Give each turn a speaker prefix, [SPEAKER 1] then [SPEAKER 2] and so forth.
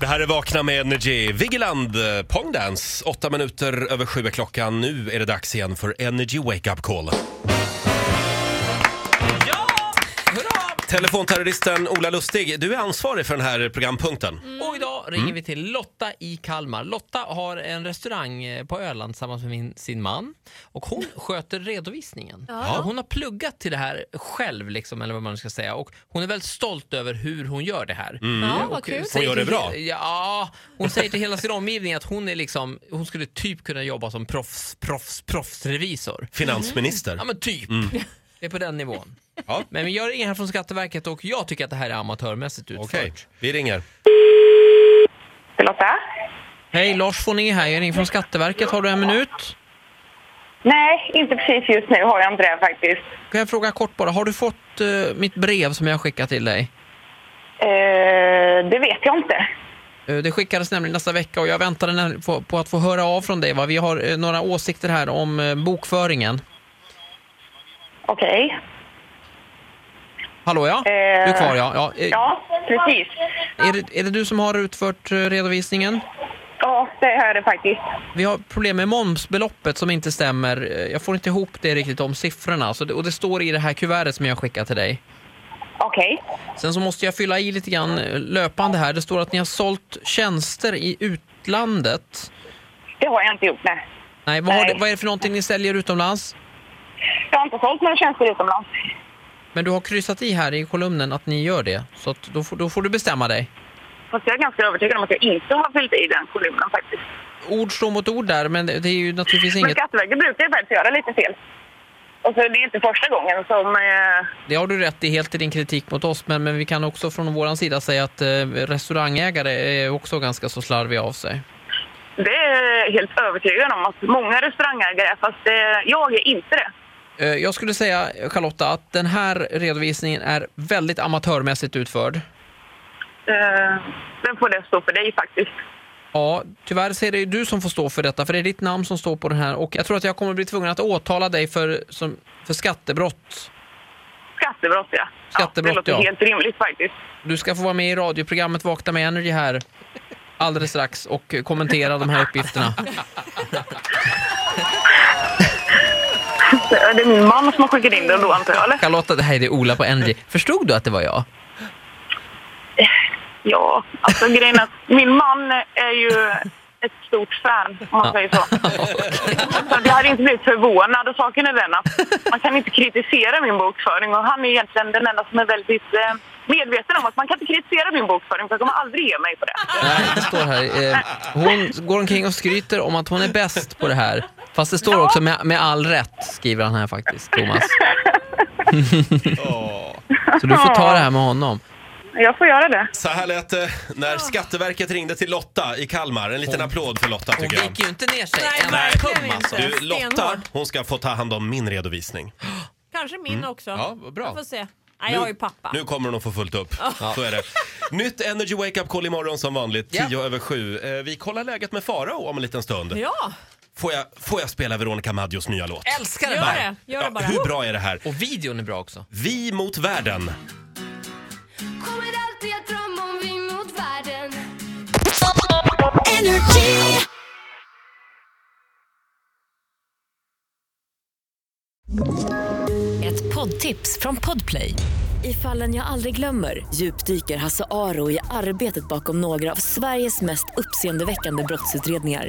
[SPEAKER 1] Det här är Vakna med Energy, Vigeland, eh, Pongdance. Åtta minuter över sju är klockan. Nu är det dags igen för Energy Wake Up Call.
[SPEAKER 2] Ja! Hurra!
[SPEAKER 1] Telefonterroristen Ola Lustig, du är ansvarig för den här programpunkten.
[SPEAKER 3] Mm.
[SPEAKER 2] Och idag ringer
[SPEAKER 1] Mm.
[SPEAKER 2] vi till Lotta i Kalmar. Lotta har en restaurang eh, på Öland tillsammans med min, sin man och
[SPEAKER 1] Mm.
[SPEAKER 2] hon sköter redovisningen.
[SPEAKER 3] Ja.
[SPEAKER 2] Och Hon har pluggat till det här själv, liksom, eller vad man ska säga. Och hon är väldigt stolt över hur hon gör det här.
[SPEAKER 3] Ja, vad
[SPEAKER 2] Och
[SPEAKER 3] kul.
[SPEAKER 2] säger
[SPEAKER 1] Mm. gör det
[SPEAKER 2] till-
[SPEAKER 1] bra.
[SPEAKER 2] Ja, hon säger till hela sin omgivning att hon, är liksom, hon skulle typ kunna jobba som proffs, proffs, proffsrevisor.
[SPEAKER 1] Finansminister.
[SPEAKER 2] Ja
[SPEAKER 3] Mm.
[SPEAKER 2] men typ. Det är på den nivån.
[SPEAKER 1] Mm. Ja.
[SPEAKER 2] Men vi gör inget här från Skatteverket och jag tycker att det här är amatörmässigt utfört.
[SPEAKER 1] Okej, vi ringer.
[SPEAKER 4] Lotta?
[SPEAKER 2] Hej, Lars von E här. Jag ringer från Skatteverket. Har du en minut?
[SPEAKER 4] Nej, inte precis just nu har jag inte det faktiskt.
[SPEAKER 2] Kan jag fråga kort bara, har du fått eh, mitt brev som jag skickat till dig?
[SPEAKER 4] Eh, det vet jag inte.
[SPEAKER 2] Eh, det skickades nämligen nästa vecka och jag väntade nämligen på, på att få höra av från dig. Va? Vi har eh, några åsikter här om eh, bokföringen.
[SPEAKER 4] Okej.
[SPEAKER 2] Hallå ja?
[SPEAKER 4] Eh,
[SPEAKER 2] Du är kvar ja. ja. eh,
[SPEAKER 4] Ja, precis.
[SPEAKER 2] Är, det, är det du som har utfört eh, redovisningen?
[SPEAKER 4] Ja, det är det faktiskt.
[SPEAKER 2] Vi har problem med momsbeloppet som inte stämmer. Eh, Jag får inte ihop det riktigt om siffrorna. Så det, och det står i det här kuvertet som jag skickat till dig.
[SPEAKER 4] Okej.
[SPEAKER 2] Sen så måste jag fylla i lite grann eh, löpande här. Det står att ni har sålt tjänster i utlandet.
[SPEAKER 4] Det har jag inte gjort, nej.
[SPEAKER 2] Nej, vad, Har
[SPEAKER 4] Nej.
[SPEAKER 2] det, vad är det för någonting ni säljer utomlands?
[SPEAKER 4] Jag har inte sålt några tjänster utomlands.
[SPEAKER 2] Men du har kryssat i här i kolumnen att ni gör det. Så att då, får, då får du bestämma dig.
[SPEAKER 4] Fast jag är ganska övertygad om att jag inte har fyllt i den kolumnen faktiskt.
[SPEAKER 2] Ord står mot ord där, men det det är ju naturligtvis
[SPEAKER 4] Men
[SPEAKER 2] inget...
[SPEAKER 4] Skatteverket brukar ju faktiskt göra lite fel. Och så är det är inte första gången som... Eh,
[SPEAKER 2] Det har du rätt i helt i din kritik mot oss, men, men vi kan också från våran sida säga att eh, restaurangägare är också ganska så slarviga av sig.
[SPEAKER 4] det är jag helt övertygad om att många restaurangägare är, fast eh, jag är inte det.
[SPEAKER 2] Eh, Jag skulle säga, Charlotta, att den här redovisningen är väldigt amatörmässigt utförd.
[SPEAKER 4] Eh, den får det stå för dig faktiskt.
[SPEAKER 2] Ja, tyvärr så är det ju du som får stå för detta, för det är ditt namn som står på den här. Och jag tror att jag kommer bli tvungen att åtala dig för, som, för skattebrott.
[SPEAKER 4] Skattebrott, ja.
[SPEAKER 2] Skattebrott,
[SPEAKER 4] ja. Det låter
[SPEAKER 2] ja.
[SPEAKER 4] helt rimligt faktiskt.
[SPEAKER 2] Du ska få vara med i radioprogrammet Vakna med Energy här alldeles strax och kommentera de här uppgifterna.
[SPEAKER 4] Det är min man som har skickat in den då, antar jag, eller?
[SPEAKER 2] Charlotta, det här är Ola på Energy. Förstod du att det var jag?
[SPEAKER 4] Ja, alltså grejen är att min man är ju ett stort fan, om man säger så. så att jag hade inte blivit förvånad och saken är den att man kan inte kritisera min bokföring och han är egentligen den enda som är väldigt eh, medveten om att man kan inte kritisera min bokföring för jag kommer aldrig ge mig på det.
[SPEAKER 2] Nej, det står här. Eh, hon går omkring och skryter om att hon är bäst på det här. Fast det står också med, med all rätt, skriver han här faktiskt, Thomas. Så du får ta det här med honom.
[SPEAKER 4] Jag får göra det.
[SPEAKER 1] Så här lät det
[SPEAKER 3] Ah.
[SPEAKER 1] när Skatteverket ringde till Lotta i Kalmar. En liten applåd för Lotta tycker jag.
[SPEAKER 2] ju inte ner sig
[SPEAKER 3] Nej, en verkligen tum, alltså. inte.
[SPEAKER 1] Du, Lotta,
[SPEAKER 3] Stenhård.
[SPEAKER 1] hon ska få ta hand om min redovisning.
[SPEAKER 3] Kanske min också.
[SPEAKER 1] Mm. Ja, vad bra.
[SPEAKER 3] Jag får se. Nej, jag har ju pappa.
[SPEAKER 1] Nu kommer hon att få fullt upp. Så är det. Nytt Energy Wake Up Call imorgon som vanligt, 10
[SPEAKER 2] Ja.
[SPEAKER 1] över 7. Eh, Vi kollar läget med Farao om en liten stund.
[SPEAKER 3] Ja,
[SPEAKER 1] Får jag, får jag spela Veronica Maggios nya låt?
[SPEAKER 2] Älskar
[SPEAKER 3] gör det. Gör det
[SPEAKER 1] Ja,
[SPEAKER 3] bara.
[SPEAKER 1] hur bra är det här?
[SPEAKER 2] Och videon är bra också.
[SPEAKER 1] Vi mot världen.
[SPEAKER 5] Kommer alltid att drömma om vi mot världen
[SPEAKER 6] Ett poddtips från Podplay. I fallen jag aldrig glömmer djupdyker Hasse Aro i arbetet bakom några av Sveriges mest uppseendeväckande brottsutredningar.